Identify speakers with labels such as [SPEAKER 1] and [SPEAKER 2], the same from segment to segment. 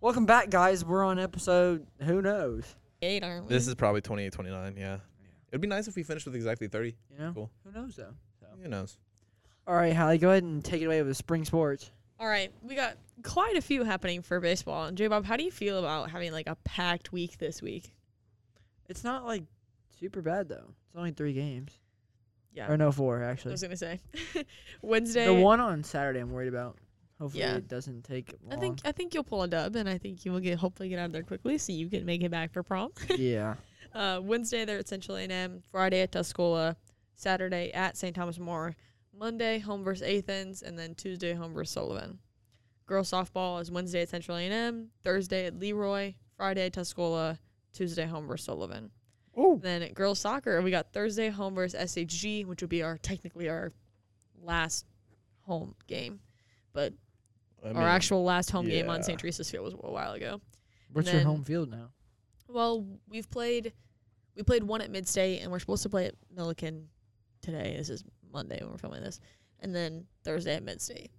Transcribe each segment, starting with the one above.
[SPEAKER 1] Welcome back, guys. We're on episode who knows.
[SPEAKER 2] Eight, aren't we?
[SPEAKER 3] This is probably 28, 29, yeah. It'd be nice if we finished with exactly 30.
[SPEAKER 1] You know,
[SPEAKER 3] Cool.
[SPEAKER 1] who knows though. So.
[SPEAKER 3] Who knows?
[SPEAKER 1] All right, Hallie, go ahead and take it away with spring sports.
[SPEAKER 2] All right, we got quite a few happening for baseball. And J Bob, how do you feel about having like a packed week this week?
[SPEAKER 1] It's not like super bad though. It's only three games.
[SPEAKER 2] Yeah.
[SPEAKER 1] Or no, four
[SPEAKER 2] I
[SPEAKER 1] actually.
[SPEAKER 2] was gonna say Wednesday.
[SPEAKER 1] The one on Saturday, I'm worried about. Hopefully,
[SPEAKER 2] Yeah.
[SPEAKER 1] it doesn't take long.
[SPEAKER 2] I think I think you'll pull a dub, and I think you will get hopefully get out of there quickly, so you can make it back for prom.
[SPEAKER 1] yeah.
[SPEAKER 2] Uh, Wednesday they're at Central A&M, Friday at Tuscola, Saturday at St. Thomas More, Monday home versus Athens, and then Tuesday home versus Sullivan. Girls softball is Wednesday at Central A&M, Thursday at Leroy, Friday at Tuscola, Tuesday home versus Sullivan.
[SPEAKER 1] Ooh.
[SPEAKER 2] Then at girls soccer we got Thursday home versus SHG, which would be our technically our last home game, but
[SPEAKER 3] I
[SPEAKER 2] our actual last home game on
[SPEAKER 3] yeah.
[SPEAKER 2] St. Teresa's Field was a while ago.
[SPEAKER 1] What's
[SPEAKER 2] then-
[SPEAKER 1] your home field now?
[SPEAKER 2] Well, we've played we played one at Midstate and we're supposed to play at Milliken today. This is Monday when we're filming this. And then Thursday at Midstate.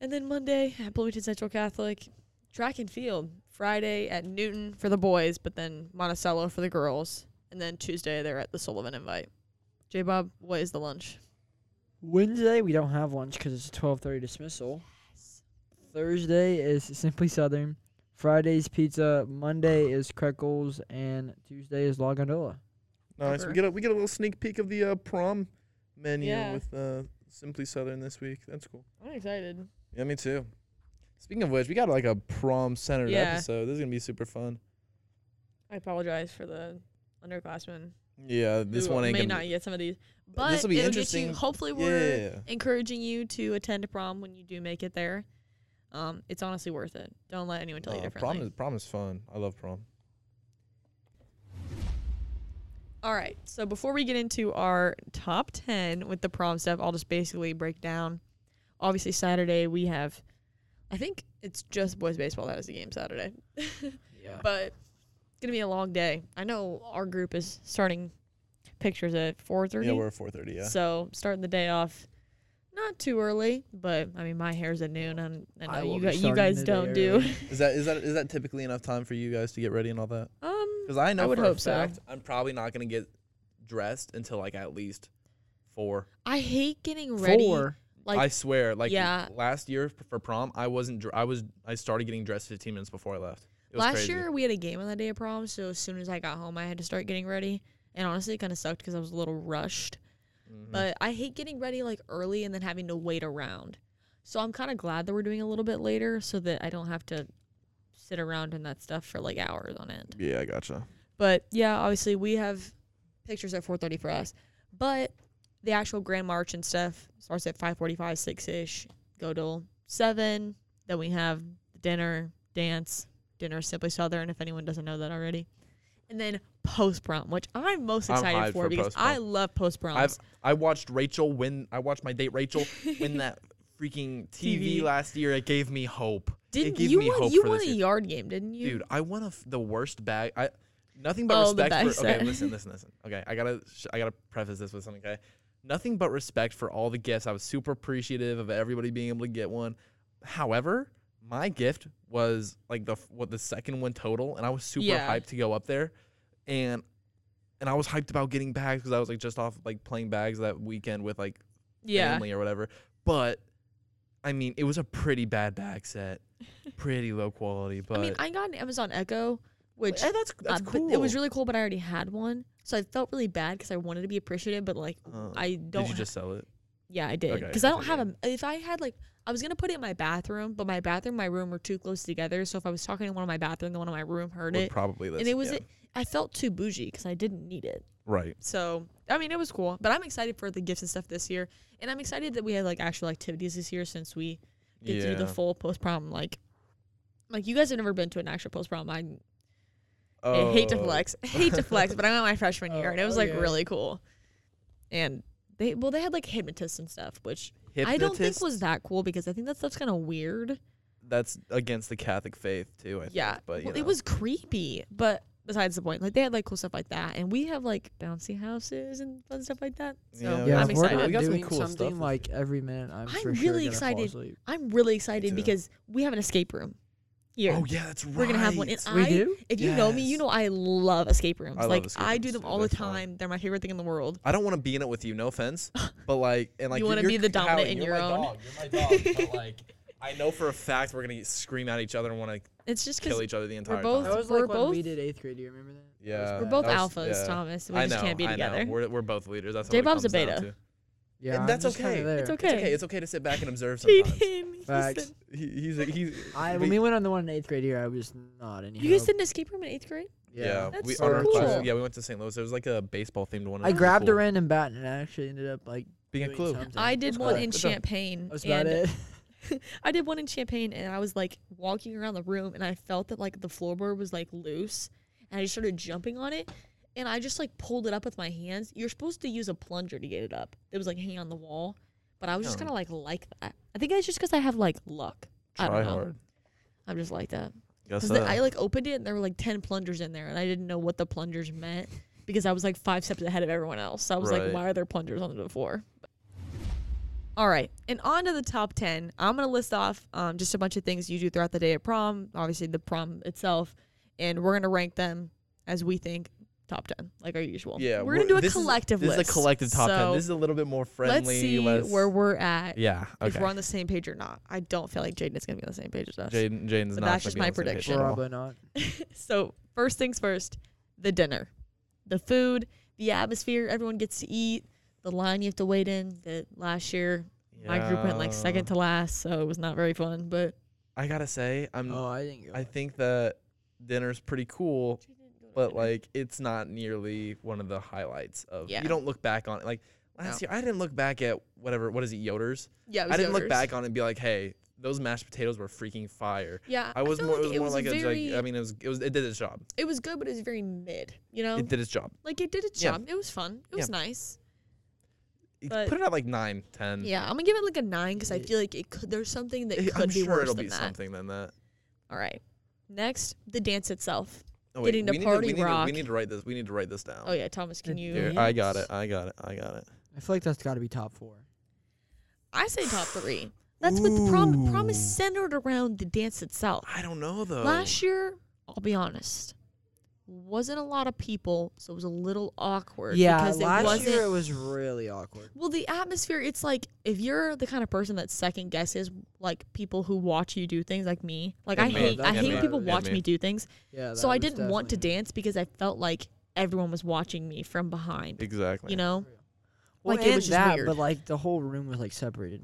[SPEAKER 2] And then Monday at Bloomington Central Catholic. Track and field. Friday at Newton for the boys, but then Monticello for the girls. And then Tuesday they're at the Sullivan Invite. J Bob, what is the lunch?
[SPEAKER 1] Wednesday we don't have lunch because it's a twelve thirty dismissal. Thursday is simply Southern. Friday's pizza. Monday is Crackles, and Tuesday is La Gondola.
[SPEAKER 3] Nice.
[SPEAKER 2] Ever.
[SPEAKER 3] We get, a, we get a little sneak peek of the uh, prom menu
[SPEAKER 2] Yeah.
[SPEAKER 3] with uh, Simply Southern this week. That's cool.
[SPEAKER 2] I'm excited.
[SPEAKER 3] Yeah, me too. Speaking of which, we got like a prom centered
[SPEAKER 2] Yeah.
[SPEAKER 3] episode. This is going to be super fun.
[SPEAKER 2] I apologize for the underclassmen.
[SPEAKER 3] Yeah, this
[SPEAKER 2] who
[SPEAKER 3] one ain't
[SPEAKER 2] may
[SPEAKER 3] going
[SPEAKER 2] not get some of these. But
[SPEAKER 3] this'll be
[SPEAKER 2] it'll Get
[SPEAKER 3] interesting.
[SPEAKER 2] you, hopefully,
[SPEAKER 3] Yeah,
[SPEAKER 2] we're
[SPEAKER 3] yeah, yeah.
[SPEAKER 2] encouraging you to attend a prom when you do make it there. Um, it's honestly worth it. Don't let anyone tell you
[SPEAKER 3] Nah,
[SPEAKER 2] differently.
[SPEAKER 3] Uh, prom, is, prom is fun. I love prom.
[SPEAKER 2] All right. So before we get into our top 10 with the prom stuff, I'll just basically break down. Obviously, Saturday we have, I think it's just boys baseball that is the game Saturday.
[SPEAKER 1] Yeah.
[SPEAKER 2] but it's going to be a long day. I know our group is starting pictures at 4.30.
[SPEAKER 3] Yeah, we're at 4.30, yeah.
[SPEAKER 2] So starting the day off not too early, but I mean my hair's at noon and I
[SPEAKER 1] I
[SPEAKER 2] know
[SPEAKER 1] will
[SPEAKER 2] you
[SPEAKER 1] be
[SPEAKER 2] guys you
[SPEAKER 1] starting
[SPEAKER 2] guys
[SPEAKER 1] the day
[SPEAKER 2] don't do.
[SPEAKER 1] early.
[SPEAKER 3] Is that is that is that typically enough time for you guys to get ready and all that?
[SPEAKER 2] um
[SPEAKER 3] Because I know
[SPEAKER 2] would
[SPEAKER 3] for
[SPEAKER 2] hope
[SPEAKER 3] a
[SPEAKER 2] so.
[SPEAKER 3] fact I'm probably not gonna get dressed until like at least four.
[SPEAKER 2] I hate getting ready.
[SPEAKER 1] Four.
[SPEAKER 2] Like
[SPEAKER 3] I swear, like
[SPEAKER 2] yeah.
[SPEAKER 3] last year f- for prom, I wasn't. Dr- I was. I started getting dressed 15 minutes before I left. It was
[SPEAKER 2] last
[SPEAKER 3] crazy.
[SPEAKER 2] year we had a game on the day of prom, so as soon as I got home I had to start getting ready. And honestly it kinda sucked because I was a little rushed.
[SPEAKER 3] Mhm.
[SPEAKER 2] But I hate getting ready like early and then having to wait around. So I'm kinda glad that we're doing a little bit later so that I don't have to sit around in that stuff for like hours on end.
[SPEAKER 3] yeah, I gotcha.
[SPEAKER 2] But yeah, obviously we have pictures at 4:30 for us. But the actual grand march and stuff starts at 5:45, six ish. Go till seven. Then we have dinner, dance, dinner is simply southern. If anyone doesn't know that already, and then post prom, which I'm most
[SPEAKER 3] I'm
[SPEAKER 2] excited
[SPEAKER 3] hyped
[SPEAKER 2] for,
[SPEAKER 3] for
[SPEAKER 2] because
[SPEAKER 3] post-prom.
[SPEAKER 2] I love post
[SPEAKER 3] I've
[SPEAKER 2] proms.
[SPEAKER 3] I watched Rachel win. I watched my date Rachel win that freaking TV,
[SPEAKER 2] TV.
[SPEAKER 3] last year. It gave me hope. it
[SPEAKER 2] Didn't
[SPEAKER 3] gave
[SPEAKER 2] you
[SPEAKER 3] me
[SPEAKER 2] won?
[SPEAKER 3] hope
[SPEAKER 2] You
[SPEAKER 3] for
[SPEAKER 2] won a
[SPEAKER 3] this year.
[SPEAKER 2] yard game, didn't you?
[SPEAKER 3] Dude, I won a f- the worst bag. I nothing but
[SPEAKER 2] Oh, the
[SPEAKER 3] respect
[SPEAKER 2] bag
[SPEAKER 3] for. Okay,
[SPEAKER 2] set.
[SPEAKER 3] listen, listen, listen. Okay, I gotta sh- I gotta preface this with something. Okay, nothing but respect for all the gifts. I was super appreciative of everybody being able to get one. However, my gift was like the f- what the second one total, and I was super
[SPEAKER 2] Yeah.
[SPEAKER 3] hyped to go up there, and and I was hyped about getting bags because I was like just off like playing bags that weekend with like
[SPEAKER 2] yeah.
[SPEAKER 3] family or whatever. But I mean, it was a pretty bad bag set, pretty low quality. But
[SPEAKER 2] I mean, I got an Amazon Echo, which
[SPEAKER 3] Hey, Eh, that's that's
[SPEAKER 2] Uh,
[SPEAKER 3] cool.
[SPEAKER 2] But it was really cool, but I already had one, so I felt really bad because I wanted to be appreciative, but like
[SPEAKER 3] Uh,
[SPEAKER 2] I don't.
[SPEAKER 3] Did you
[SPEAKER 2] ha-
[SPEAKER 3] just sell it?
[SPEAKER 2] yeah, I did
[SPEAKER 3] Okay,
[SPEAKER 2] because I
[SPEAKER 3] that's
[SPEAKER 2] don't
[SPEAKER 3] it,
[SPEAKER 2] have a. If I had like, I was gonna put it in my bathroom, but my bathroom, and my room were too close together. So if I was talking to one in my bathroom, the one in my room heard
[SPEAKER 3] Would
[SPEAKER 2] it,
[SPEAKER 3] probably listen.
[SPEAKER 2] and it was
[SPEAKER 3] yeah.
[SPEAKER 2] it. I felt too bougie because I didn't need it.
[SPEAKER 3] right.
[SPEAKER 2] So I mean, it was cool, but I'm excited for the gifts and stuff this year, and I'm excited that we had like actual activities this year since we did
[SPEAKER 3] yeah.
[SPEAKER 2] through the full post prom like. Like you guys have never been to an actual post prom. I I hate to
[SPEAKER 3] Oh.
[SPEAKER 2] flex. Hate to flex, but I went my freshman year
[SPEAKER 1] Oh,
[SPEAKER 2] and it was
[SPEAKER 1] oh,
[SPEAKER 2] like
[SPEAKER 1] yeah.
[SPEAKER 2] really cool. And they well they had like hypnotists and stuff, which I don't think
[SPEAKER 3] Oh, Hypnotist?
[SPEAKER 2] was that cool because I think that stuff's kind of weird.
[SPEAKER 3] that's against the Catholic faith too. I think.
[SPEAKER 2] Yeah,
[SPEAKER 3] but you
[SPEAKER 2] well,
[SPEAKER 3] know.
[SPEAKER 2] it was creepy. But besides the point, like they had like cool stuff like that, and we have like bouncy houses and fun stuff like that. So
[SPEAKER 3] Yeah,
[SPEAKER 1] Yeah,
[SPEAKER 2] I'm
[SPEAKER 1] if we're
[SPEAKER 2] excited.
[SPEAKER 1] not
[SPEAKER 3] We got some
[SPEAKER 1] doing
[SPEAKER 3] cool stuff
[SPEAKER 1] something
[SPEAKER 3] this
[SPEAKER 1] like every minute, I'm,
[SPEAKER 2] I'm
[SPEAKER 1] for sure
[SPEAKER 2] really
[SPEAKER 1] gonna fall
[SPEAKER 2] excited.
[SPEAKER 1] asleep.
[SPEAKER 2] I'm really excited
[SPEAKER 3] too.
[SPEAKER 2] because we have an escape room. year.
[SPEAKER 3] Oh yeah, that's right.
[SPEAKER 2] We're gonna have one. uh, And
[SPEAKER 1] we
[SPEAKER 2] I,
[SPEAKER 1] do.
[SPEAKER 2] if you know me, you
[SPEAKER 3] Yes.
[SPEAKER 2] know I love escape rooms.
[SPEAKER 3] I love
[SPEAKER 2] like
[SPEAKER 3] escape
[SPEAKER 2] I
[SPEAKER 3] rooms
[SPEAKER 2] do them
[SPEAKER 3] too,
[SPEAKER 2] all the
[SPEAKER 3] they're fun.
[SPEAKER 2] time. They're my favorite thing in the world.
[SPEAKER 3] I don't want to be in it with you. No offense, but like, and like,
[SPEAKER 2] You wanna
[SPEAKER 3] you're
[SPEAKER 2] be the dominant
[SPEAKER 3] Hallie,
[SPEAKER 2] in
[SPEAKER 3] you're
[SPEAKER 2] your
[SPEAKER 3] my
[SPEAKER 2] own.
[SPEAKER 3] Dog. You're my dog. but like, I know for a fact we're gonna scream at each other and want to
[SPEAKER 2] It's just because
[SPEAKER 3] kill each other the entire
[SPEAKER 2] both-
[SPEAKER 3] time.
[SPEAKER 1] That was
[SPEAKER 2] We're
[SPEAKER 1] like when we
[SPEAKER 2] both-
[SPEAKER 1] did eighth grade. Do you remember that?
[SPEAKER 3] Yeah,
[SPEAKER 2] we're both
[SPEAKER 3] that was-
[SPEAKER 2] alphas,
[SPEAKER 3] yeah.
[SPEAKER 2] Thomas. We
[SPEAKER 3] I
[SPEAKER 2] just
[SPEAKER 3] know,
[SPEAKER 2] can't be
[SPEAKER 3] I know.
[SPEAKER 2] together.
[SPEAKER 3] We're we're both leaders. That's what it
[SPEAKER 2] J-Bob's a
[SPEAKER 3] comes down
[SPEAKER 2] beta.
[SPEAKER 3] to.
[SPEAKER 1] Yeah,
[SPEAKER 3] And
[SPEAKER 1] I'm
[SPEAKER 3] that's
[SPEAKER 1] just kinda
[SPEAKER 3] okay.
[SPEAKER 1] there.
[SPEAKER 2] It's
[SPEAKER 3] It's
[SPEAKER 2] okay.
[SPEAKER 3] okay. It's okay to sit back and observe
[SPEAKER 2] He
[SPEAKER 3] sometimes.
[SPEAKER 2] didn't. He
[SPEAKER 1] Facts.
[SPEAKER 2] said-
[SPEAKER 3] He- he's a, he's.
[SPEAKER 1] I
[SPEAKER 3] we-
[SPEAKER 1] when we went on the one in eighth grade here, I was not in.
[SPEAKER 2] You guys did an escape room in eighth grade?
[SPEAKER 3] yeah,
[SPEAKER 2] That's
[SPEAKER 3] we
[SPEAKER 1] so
[SPEAKER 3] on our
[SPEAKER 1] cool.
[SPEAKER 3] classes- Yeah, we went to St. Louis. There was like a baseball themed one. It
[SPEAKER 1] I
[SPEAKER 3] was really
[SPEAKER 1] grabbed
[SPEAKER 3] cool.
[SPEAKER 1] a random bat and I actually ended up like
[SPEAKER 3] Being a
[SPEAKER 1] doing
[SPEAKER 3] clue.
[SPEAKER 1] something.
[SPEAKER 2] I did
[SPEAKER 1] That's
[SPEAKER 2] one
[SPEAKER 1] about-
[SPEAKER 2] in
[SPEAKER 3] That's about-
[SPEAKER 2] Champagne.
[SPEAKER 1] That's about
[SPEAKER 2] and
[SPEAKER 1] it.
[SPEAKER 2] I did one in Champagne, and I was like walking around the room, and I felt that like the floorboard was like loose, and I just started jumping on it, and I just like pulled it up with my hands. You're supposed to use a plunger to get it up. It was like hanging on the wall, but I was just
[SPEAKER 3] Huh.
[SPEAKER 2] kind of like like that. I think that's just because I have like luck. I
[SPEAKER 3] Try
[SPEAKER 2] don't know.
[SPEAKER 3] hard.
[SPEAKER 2] I'm just like that.
[SPEAKER 3] Guess
[SPEAKER 2] Because
[SPEAKER 3] so.
[SPEAKER 2] I like opened it, and there were like ten plungers in there, and I didn't know what the plungers meant because I was like five steps ahead of everyone else. So I was
[SPEAKER 3] Right.
[SPEAKER 2] like, why are there plungers on the floor? All right, and on to the top ten. I'm gonna list off um, just a bunch of things you do throughout the day at prom. Obviously, the prom itself, and we're gonna rank them as we think top ten, like our usual.
[SPEAKER 3] yeah,
[SPEAKER 2] we're, gonna do a
[SPEAKER 3] this is-
[SPEAKER 2] collective
[SPEAKER 3] This
[SPEAKER 2] list.
[SPEAKER 3] is a collective top ten.
[SPEAKER 2] So
[SPEAKER 3] This is a little bit more friendly.
[SPEAKER 2] let's see
[SPEAKER 3] less-
[SPEAKER 2] where we're at.
[SPEAKER 3] Yeah.
[SPEAKER 2] If we're
[SPEAKER 3] Okay.
[SPEAKER 2] on the same page or not. I don't feel like Jaden is gonna be on the same page as us.
[SPEAKER 3] Jaden. Jaden's
[SPEAKER 2] But that's
[SPEAKER 3] not. gonna
[SPEAKER 2] just
[SPEAKER 3] be
[SPEAKER 2] my
[SPEAKER 3] on the same page
[SPEAKER 2] prediction.
[SPEAKER 3] at all.
[SPEAKER 1] Probably not.
[SPEAKER 2] So first things first, the dinner, the food, the atmosphere. Everyone gets to eat. The line you have to wait in. The last year, my group went like second to
[SPEAKER 3] Yeah.
[SPEAKER 2] last, so it was not very fun. But
[SPEAKER 3] I gotta say, I'm.
[SPEAKER 1] Oh, I didn't go.
[SPEAKER 3] I think that dinner's pretty cool, but like it's not nearly one of the highlights of.
[SPEAKER 2] Yeah.
[SPEAKER 3] You don't look back on it like last year. I didn't look back at whatever. What is it? Yoder's.
[SPEAKER 2] yeah, it was
[SPEAKER 3] I didn't look
[SPEAKER 2] Yoder's.
[SPEAKER 3] back on it and be like, hey, those mashed potatoes were freaking fire.
[SPEAKER 2] Yeah,
[SPEAKER 3] I was
[SPEAKER 2] feel
[SPEAKER 3] more. It was
[SPEAKER 2] it
[SPEAKER 3] more like
[SPEAKER 2] very,
[SPEAKER 3] a. Gig, I mean, it was. It was. It did its job.
[SPEAKER 2] it was good, but it was very mid. You know,
[SPEAKER 3] It did its job.
[SPEAKER 2] like it did its
[SPEAKER 3] Yeah.
[SPEAKER 2] job. It was fun. It was nice.
[SPEAKER 3] It-
[SPEAKER 2] But-
[SPEAKER 3] Put it at like nine, ten.
[SPEAKER 2] Yeah, I'm gonna give it like a nine because I
[SPEAKER 1] It-
[SPEAKER 2] feel like it could. There's something that
[SPEAKER 3] It-
[SPEAKER 2] could
[SPEAKER 3] I'm
[SPEAKER 2] be
[SPEAKER 3] sure
[SPEAKER 2] worse
[SPEAKER 3] it'll
[SPEAKER 2] than
[SPEAKER 3] be
[SPEAKER 2] that.
[SPEAKER 3] something than that.
[SPEAKER 2] All right. Next, the dance itself.
[SPEAKER 3] Oh,
[SPEAKER 2] Getting to
[SPEAKER 3] we
[SPEAKER 2] party
[SPEAKER 3] need to, we
[SPEAKER 2] rock.
[SPEAKER 3] Need to, we need to write this. We need to write this down.
[SPEAKER 2] Oh yeah, Thomas, can you?
[SPEAKER 3] Here,
[SPEAKER 1] Yeah.
[SPEAKER 3] I got it. I got it. I got it.
[SPEAKER 1] I feel like that's got to be top four.
[SPEAKER 2] I say top three. That's what the prom prom is centered around the dance itself.
[SPEAKER 3] I don't know
[SPEAKER 1] Oh.
[SPEAKER 3] though.
[SPEAKER 2] Last year, I'll be honest, wasn't a lot of people, so it was a little awkward.
[SPEAKER 1] Yeah,
[SPEAKER 2] because it
[SPEAKER 1] last
[SPEAKER 2] wasn't,
[SPEAKER 1] year it was really awkward.
[SPEAKER 2] Well, the atmosphere. It's like if you're the kind of person that second guesses, like people who watch you do things, like me. Like
[SPEAKER 3] Yeah,
[SPEAKER 2] I
[SPEAKER 3] me.
[SPEAKER 2] hate, I
[SPEAKER 1] Yeah,
[SPEAKER 2] hate
[SPEAKER 1] me.
[SPEAKER 2] people
[SPEAKER 1] Yeah,
[SPEAKER 2] watch
[SPEAKER 3] me.
[SPEAKER 2] me do things.
[SPEAKER 1] Yeah. that
[SPEAKER 2] So I
[SPEAKER 1] was
[SPEAKER 2] didn't want to
[SPEAKER 1] definitely-
[SPEAKER 2] dance because I felt like everyone was watching me from behind.
[SPEAKER 3] exactly.
[SPEAKER 2] You know?
[SPEAKER 1] Well,
[SPEAKER 2] Like, it
[SPEAKER 1] and
[SPEAKER 2] was just
[SPEAKER 1] that,
[SPEAKER 2] weird.
[SPEAKER 1] but like the whole room was like separated.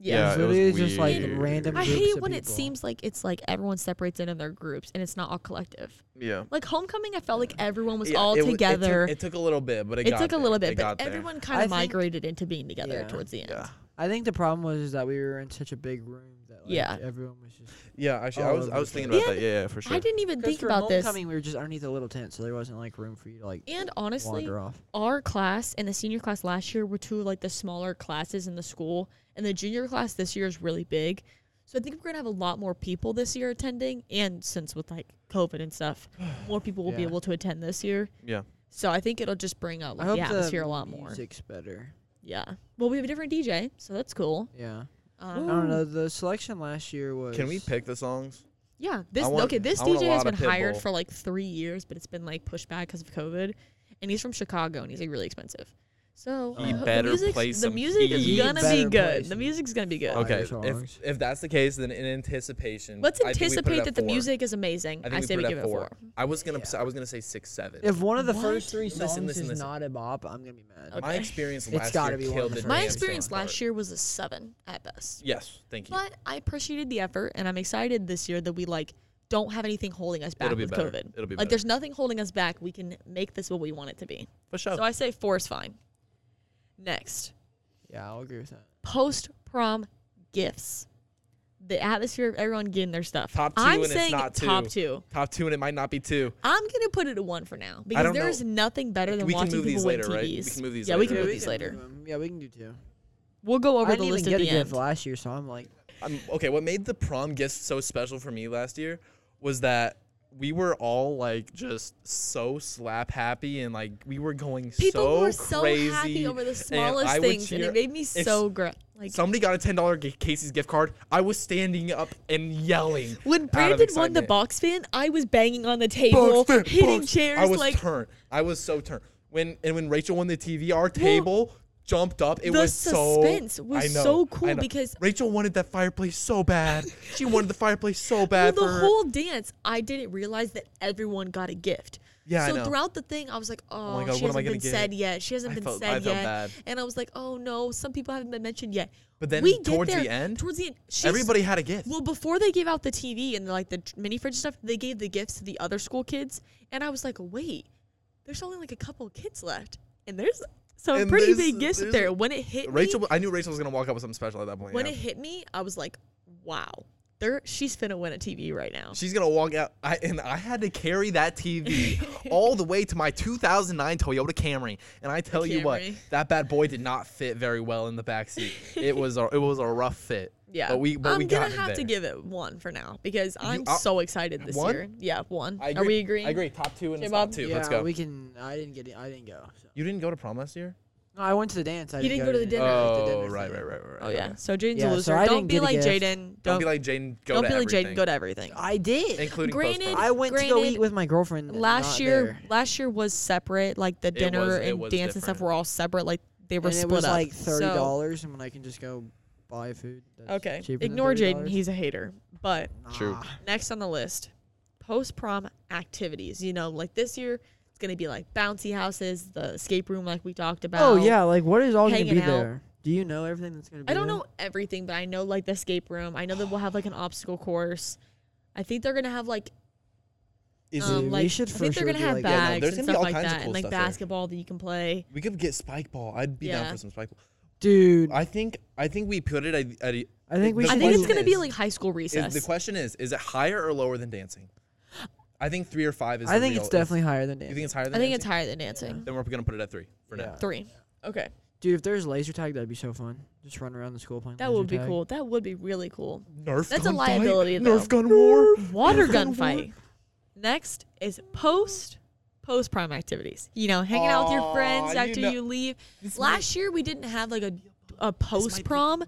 [SPEAKER 3] Yeah,
[SPEAKER 1] it
[SPEAKER 3] it was
[SPEAKER 1] was literally just like
[SPEAKER 3] weird.
[SPEAKER 1] random.
[SPEAKER 2] I
[SPEAKER 1] groups
[SPEAKER 2] hate
[SPEAKER 1] of
[SPEAKER 2] when it
[SPEAKER 1] people.
[SPEAKER 2] seems like it's like everyone separates into their groups and it's not all collective.
[SPEAKER 3] Yeah.
[SPEAKER 2] Like homecoming, I felt like everyone was
[SPEAKER 3] Yeah,
[SPEAKER 2] all
[SPEAKER 3] it wa- it took-
[SPEAKER 2] together.
[SPEAKER 3] It took, a little bit, but it,
[SPEAKER 2] it
[SPEAKER 3] got
[SPEAKER 2] took
[SPEAKER 3] there.
[SPEAKER 2] a little bit,
[SPEAKER 3] It got
[SPEAKER 2] but
[SPEAKER 3] there.
[SPEAKER 2] everyone
[SPEAKER 1] I
[SPEAKER 2] kind of
[SPEAKER 1] think-
[SPEAKER 2] migrated into being together
[SPEAKER 1] Yeah.
[SPEAKER 2] towards the end.
[SPEAKER 3] Yeah.
[SPEAKER 1] I think the problem was is that we were in such a big room that like,
[SPEAKER 2] Yeah.
[SPEAKER 1] everyone was just.
[SPEAKER 3] Yeah. Actually, I
[SPEAKER 1] All
[SPEAKER 3] was. I
[SPEAKER 1] over
[SPEAKER 3] was
[SPEAKER 1] the
[SPEAKER 3] thinking
[SPEAKER 2] place.
[SPEAKER 3] about that. Yeah. Yeah. For sure.
[SPEAKER 2] I didn't even think
[SPEAKER 1] for
[SPEAKER 2] about this.
[SPEAKER 1] homecoming, we were just underneath a little tent, so there wasn't like room for you to like
[SPEAKER 2] And honestly,
[SPEAKER 1] wander off.
[SPEAKER 2] our class and the senior class last year were two of like the smaller classes in the school, and the junior class this year is really big. So I think we're gonna have a lot more people this year attending, and since with like COVID and stuff, more people will be
[SPEAKER 1] Yeah.
[SPEAKER 2] able to attend this year.
[SPEAKER 3] Yeah.
[SPEAKER 2] So I think it'll just bring up
[SPEAKER 1] I
[SPEAKER 2] like,
[SPEAKER 1] hope
[SPEAKER 2] the
[SPEAKER 1] the
[SPEAKER 2] atmosphere a lot more.
[SPEAKER 1] music's better.
[SPEAKER 2] Yeah. Well, we have a different DJ, so that's cool.
[SPEAKER 1] Yeah. I
[SPEAKER 2] Um,
[SPEAKER 1] don't know. The selection last year was.
[SPEAKER 3] Can we pick the songs?
[SPEAKER 2] yeah. This
[SPEAKER 3] want-
[SPEAKER 2] okay. This
[SPEAKER 3] I want a
[SPEAKER 2] DJ has
[SPEAKER 3] lot
[SPEAKER 2] been
[SPEAKER 3] of
[SPEAKER 2] hired
[SPEAKER 3] Pitbull.
[SPEAKER 2] for like three years, but it's been like pushed back because of COVID, and he's from Chicago, and he's like really expensive. So
[SPEAKER 1] He
[SPEAKER 2] I hope
[SPEAKER 3] better
[SPEAKER 2] the music's,
[SPEAKER 3] play
[SPEAKER 2] the
[SPEAKER 3] some
[SPEAKER 2] music
[SPEAKER 3] heat.
[SPEAKER 2] is
[SPEAKER 3] He
[SPEAKER 2] gonna be
[SPEAKER 1] better play
[SPEAKER 2] good. The
[SPEAKER 1] some
[SPEAKER 2] music's gonna be good.
[SPEAKER 1] fire.
[SPEAKER 3] Okay.
[SPEAKER 1] songs.
[SPEAKER 3] If if that's the case, then in anticipation,
[SPEAKER 2] Let's
[SPEAKER 3] I think we put it
[SPEAKER 2] anticipate
[SPEAKER 3] at
[SPEAKER 2] that the
[SPEAKER 3] four.
[SPEAKER 2] music is amazing.
[SPEAKER 3] I
[SPEAKER 2] I,
[SPEAKER 3] think we
[SPEAKER 2] say
[SPEAKER 3] put
[SPEAKER 2] we
[SPEAKER 3] it
[SPEAKER 2] give
[SPEAKER 3] at
[SPEAKER 2] it a
[SPEAKER 3] four.
[SPEAKER 2] four.
[SPEAKER 3] I was gonna.
[SPEAKER 1] Yeah.
[SPEAKER 3] say- I was gonna say six, seven.
[SPEAKER 1] If one of the
[SPEAKER 2] What?
[SPEAKER 1] first three
[SPEAKER 3] Listen,
[SPEAKER 1] songs
[SPEAKER 3] listen,
[SPEAKER 1] is
[SPEAKER 3] listen.
[SPEAKER 1] not a bop, I'm gonna be mad.
[SPEAKER 2] Okay.
[SPEAKER 3] My experience last
[SPEAKER 1] gotta
[SPEAKER 3] year
[SPEAKER 1] be one of
[SPEAKER 3] killed
[SPEAKER 1] the
[SPEAKER 3] it.
[SPEAKER 1] first
[SPEAKER 2] My
[SPEAKER 1] Damn,
[SPEAKER 2] experience last year was a seven at best,
[SPEAKER 3] Yes. Thank you.
[SPEAKER 2] but I appreciated the effort, and I'm excited this year that we like don't have anything holding us back
[SPEAKER 3] It'll be
[SPEAKER 2] with
[SPEAKER 3] better.
[SPEAKER 2] COVID.
[SPEAKER 3] It'll be
[SPEAKER 2] like
[SPEAKER 3] better.
[SPEAKER 2] there's nothing holding us back. We can make this what we want it to be.
[SPEAKER 3] For sure.
[SPEAKER 2] So I say four is fine. Next,
[SPEAKER 1] Yeah, I'll agree with that.
[SPEAKER 2] post prom gifts. The atmosphere of everyone getting their stuff.
[SPEAKER 3] Top two
[SPEAKER 2] I'm
[SPEAKER 3] and it's
[SPEAKER 2] saying
[SPEAKER 3] not two.
[SPEAKER 2] top two.
[SPEAKER 3] Top two, and it might not be two.
[SPEAKER 2] I'm gonna put it at one for now because
[SPEAKER 3] don't
[SPEAKER 2] there
[SPEAKER 3] know.
[SPEAKER 2] is nothing better than
[SPEAKER 3] We can
[SPEAKER 2] watching
[SPEAKER 3] move
[SPEAKER 2] people
[SPEAKER 3] these
[SPEAKER 2] win
[SPEAKER 3] later,
[SPEAKER 2] TVs.
[SPEAKER 3] right? We can move these
[SPEAKER 2] yeah, we
[SPEAKER 3] later.
[SPEAKER 2] can
[SPEAKER 1] yeah,
[SPEAKER 2] move
[SPEAKER 1] we
[SPEAKER 2] these
[SPEAKER 1] can
[SPEAKER 2] later.
[SPEAKER 1] do 'em. Yeah, we can do two.
[SPEAKER 2] We'll go over
[SPEAKER 1] I didn't
[SPEAKER 2] the
[SPEAKER 1] even
[SPEAKER 2] list at
[SPEAKER 1] get
[SPEAKER 2] the
[SPEAKER 1] a gift
[SPEAKER 2] end.
[SPEAKER 1] last year, so I'm like,
[SPEAKER 3] Um, I'm, okay, what made the prom gift so special for me last year was that we were all like just so slap happy and like we were going
[SPEAKER 2] People
[SPEAKER 3] so
[SPEAKER 2] were so
[SPEAKER 3] crazy.
[SPEAKER 2] happy over the
[SPEAKER 3] I
[SPEAKER 2] smallest
[SPEAKER 3] would
[SPEAKER 2] things, and
[SPEAKER 3] cheer-
[SPEAKER 2] it made me so gr- like
[SPEAKER 3] Somebody got a ten dollar Casey's gift card. I was standing up and yelling.
[SPEAKER 2] when
[SPEAKER 3] of
[SPEAKER 2] Brandon won the
[SPEAKER 3] excitement.
[SPEAKER 2] box fan. I was banging on the table,
[SPEAKER 3] Bugs, fit,
[SPEAKER 2] hitting
[SPEAKER 3] bugs.
[SPEAKER 2] chairs,
[SPEAKER 3] I was
[SPEAKER 2] like
[SPEAKER 3] turned. I was so turned. When and when Rachel won the TV, our table jumped up. It
[SPEAKER 2] the
[SPEAKER 3] was so.
[SPEAKER 2] suspense was
[SPEAKER 3] I know,
[SPEAKER 2] so
[SPEAKER 3] I
[SPEAKER 2] cool
[SPEAKER 3] know.
[SPEAKER 2] because-
[SPEAKER 3] Rachel wanted that fireplace so bad. she wanted the fireplace so bad
[SPEAKER 2] Well,
[SPEAKER 3] for
[SPEAKER 2] the
[SPEAKER 3] her.
[SPEAKER 2] whole dance, I didn't realize that everyone got a gift.
[SPEAKER 3] Yeah, I
[SPEAKER 2] So
[SPEAKER 3] know.
[SPEAKER 2] throughout the thing, I was like, "Oh,
[SPEAKER 3] God,
[SPEAKER 2] she
[SPEAKER 3] what am I
[SPEAKER 2] hasn't been
[SPEAKER 3] gonna
[SPEAKER 2] said
[SPEAKER 3] get?"
[SPEAKER 2] yet. She hasn't
[SPEAKER 3] I
[SPEAKER 2] been
[SPEAKER 3] felt-
[SPEAKER 2] said
[SPEAKER 3] I felt
[SPEAKER 2] yet."
[SPEAKER 3] bad.
[SPEAKER 2] And I was like, "Oh no, some people haven't been mentioned yet."
[SPEAKER 3] But then
[SPEAKER 2] we get
[SPEAKER 3] towards the
[SPEAKER 2] there-
[SPEAKER 3] end,
[SPEAKER 2] towards the end, she's-
[SPEAKER 3] Everybody had a gift.
[SPEAKER 2] Well, before they gave out the TV and like the tr- mini fridge stuff, they gave the gifts to the other school kids, and I was like, "Wait, there's only like a couple of kids left, and there's some
[SPEAKER 3] And
[SPEAKER 2] pretty
[SPEAKER 3] there's-
[SPEAKER 2] big gifts up
[SPEAKER 3] there's-
[SPEAKER 2] there." When it hit me,
[SPEAKER 3] Rachel, I knew Rachel was gonna walk up with something special at that point.
[SPEAKER 2] when
[SPEAKER 3] yeah.
[SPEAKER 2] it hit me, I was like, "Wow, there, she's finna win a TV right now."
[SPEAKER 3] She's gonna walk out, I, and I had to carry that TV all the way to my 2009 Toyota Camry. And I tell you what,
[SPEAKER 2] Camry.
[SPEAKER 3] that bad boy did not fit very well in the back seat. It was a, it was a rough fit.
[SPEAKER 2] Yeah,
[SPEAKER 3] but we but
[SPEAKER 2] I'm
[SPEAKER 3] we got
[SPEAKER 2] gonna
[SPEAKER 3] it
[SPEAKER 2] have
[SPEAKER 3] there.
[SPEAKER 2] to give it one for now because I'm
[SPEAKER 3] are-
[SPEAKER 2] so excited this
[SPEAKER 3] One?
[SPEAKER 2] year. Yeah, one.
[SPEAKER 3] I
[SPEAKER 2] Are we agreeing?
[SPEAKER 3] I agree. Top two and it's
[SPEAKER 2] J-Bob?
[SPEAKER 3] top two. Let's go.
[SPEAKER 1] We can. I didn't get. it- I didn't go. So.
[SPEAKER 3] you didn't go to prom last year.
[SPEAKER 1] No, I went to the dance. I
[SPEAKER 2] He
[SPEAKER 1] didn't
[SPEAKER 2] didn't go to the dinner.
[SPEAKER 1] I did
[SPEAKER 3] Oh,
[SPEAKER 1] dinner, so
[SPEAKER 3] right,
[SPEAKER 1] yeah.
[SPEAKER 3] right, right, right.
[SPEAKER 2] Oh
[SPEAKER 3] okay.
[SPEAKER 2] yeah.
[SPEAKER 3] Don't,
[SPEAKER 2] So Jaden's
[SPEAKER 1] Yeah,
[SPEAKER 2] a
[SPEAKER 1] so
[SPEAKER 2] loser.
[SPEAKER 1] I
[SPEAKER 2] don't
[SPEAKER 1] didn't
[SPEAKER 2] be
[SPEAKER 1] get a
[SPEAKER 2] like
[SPEAKER 1] gift.
[SPEAKER 2] Jaden. Don't
[SPEAKER 3] be like Jane. Go
[SPEAKER 2] don't
[SPEAKER 3] to
[SPEAKER 2] be like
[SPEAKER 3] everything,
[SPEAKER 2] Jaden. Go to everything.
[SPEAKER 1] I did.
[SPEAKER 3] including
[SPEAKER 2] Granted-
[SPEAKER 3] postcards.
[SPEAKER 1] I went to go
[SPEAKER 2] granted,
[SPEAKER 1] eat with my girlfriend and
[SPEAKER 2] last
[SPEAKER 1] not
[SPEAKER 2] year,
[SPEAKER 1] there.
[SPEAKER 2] last year was separate. Like the dinner
[SPEAKER 3] was- it
[SPEAKER 2] and
[SPEAKER 3] was
[SPEAKER 2] dance and
[SPEAKER 3] different.
[SPEAKER 2] stuff were all separate. Like they were
[SPEAKER 1] and
[SPEAKER 2] split
[SPEAKER 1] it was
[SPEAKER 2] up.
[SPEAKER 1] like thirty
[SPEAKER 2] So-
[SPEAKER 1] dollars, and when I can just go buy food. That's
[SPEAKER 2] okay.
[SPEAKER 1] cheaper than
[SPEAKER 2] Ignore Jaden.
[SPEAKER 1] $30.
[SPEAKER 2] He's a hater. But
[SPEAKER 3] True.
[SPEAKER 1] Nah.
[SPEAKER 2] next on the list, post prom activities. You know, like this year, it's gonna be like bouncy houses, the escape room, like we talked about.
[SPEAKER 1] Oh yeah, like what is all gonna
[SPEAKER 2] hanging
[SPEAKER 1] be
[SPEAKER 2] out.
[SPEAKER 1] there? Do you know everything that's gonna be?
[SPEAKER 2] I don't
[SPEAKER 1] there?
[SPEAKER 2] know everything, but I know like the escape room. I know that we'll have like an obstacle course. I think they're gonna have like
[SPEAKER 3] Is
[SPEAKER 1] Dude,
[SPEAKER 2] um
[SPEAKER 1] we
[SPEAKER 2] like
[SPEAKER 1] should
[SPEAKER 2] I
[SPEAKER 1] for
[SPEAKER 2] think they're
[SPEAKER 1] sure
[SPEAKER 2] gonna
[SPEAKER 1] do,
[SPEAKER 2] have
[SPEAKER 1] like-
[SPEAKER 3] Yeah, no,
[SPEAKER 2] bags
[SPEAKER 3] there's
[SPEAKER 2] and
[SPEAKER 3] gonna be
[SPEAKER 2] stuff
[SPEAKER 3] all
[SPEAKER 2] like
[SPEAKER 3] kinds of
[SPEAKER 2] that,
[SPEAKER 3] cool
[SPEAKER 2] and like
[SPEAKER 3] stuff there.
[SPEAKER 2] basketball that you can play.
[SPEAKER 3] we could get spike ball. I'd be down
[SPEAKER 2] Yeah.
[SPEAKER 3] for some spike ball.
[SPEAKER 1] dude. I,
[SPEAKER 3] I think I think we put it at, at a-
[SPEAKER 1] think we
[SPEAKER 3] the
[SPEAKER 1] should.
[SPEAKER 2] I think it's
[SPEAKER 1] do-
[SPEAKER 3] question
[SPEAKER 2] gonna be
[SPEAKER 3] is-
[SPEAKER 2] like high school
[SPEAKER 3] Is,
[SPEAKER 2] recess.
[SPEAKER 3] the question is, is it higher or lower than dancing? I think three or five is.
[SPEAKER 1] I
[SPEAKER 3] the
[SPEAKER 1] think
[SPEAKER 3] real-
[SPEAKER 1] it's definitely higher than
[SPEAKER 3] You
[SPEAKER 1] dancing.
[SPEAKER 3] think it's higher than?
[SPEAKER 2] I think it's
[SPEAKER 3] dancing?
[SPEAKER 2] higher than dancing.
[SPEAKER 3] Then we're gonna put it at three for now.
[SPEAKER 1] Yeah.
[SPEAKER 2] Three. Okay,
[SPEAKER 1] Dude, if there's laser tag, that'd be so fun. Just run around the school playing.
[SPEAKER 2] that
[SPEAKER 1] laser
[SPEAKER 2] would be
[SPEAKER 1] tag.
[SPEAKER 2] cool. That would be really cool.
[SPEAKER 3] Nerf.
[SPEAKER 2] That's a
[SPEAKER 3] gun fight?
[SPEAKER 2] liability, though.
[SPEAKER 3] Nerf gun war.
[SPEAKER 2] Water
[SPEAKER 3] Nerf
[SPEAKER 2] gun
[SPEAKER 3] war?
[SPEAKER 2] fight. Next is post post prime activities. You know, hanging out with your friends
[SPEAKER 3] Aw, you
[SPEAKER 2] after you,
[SPEAKER 3] know-
[SPEAKER 2] leave. Last year we didn't have like a a post prom.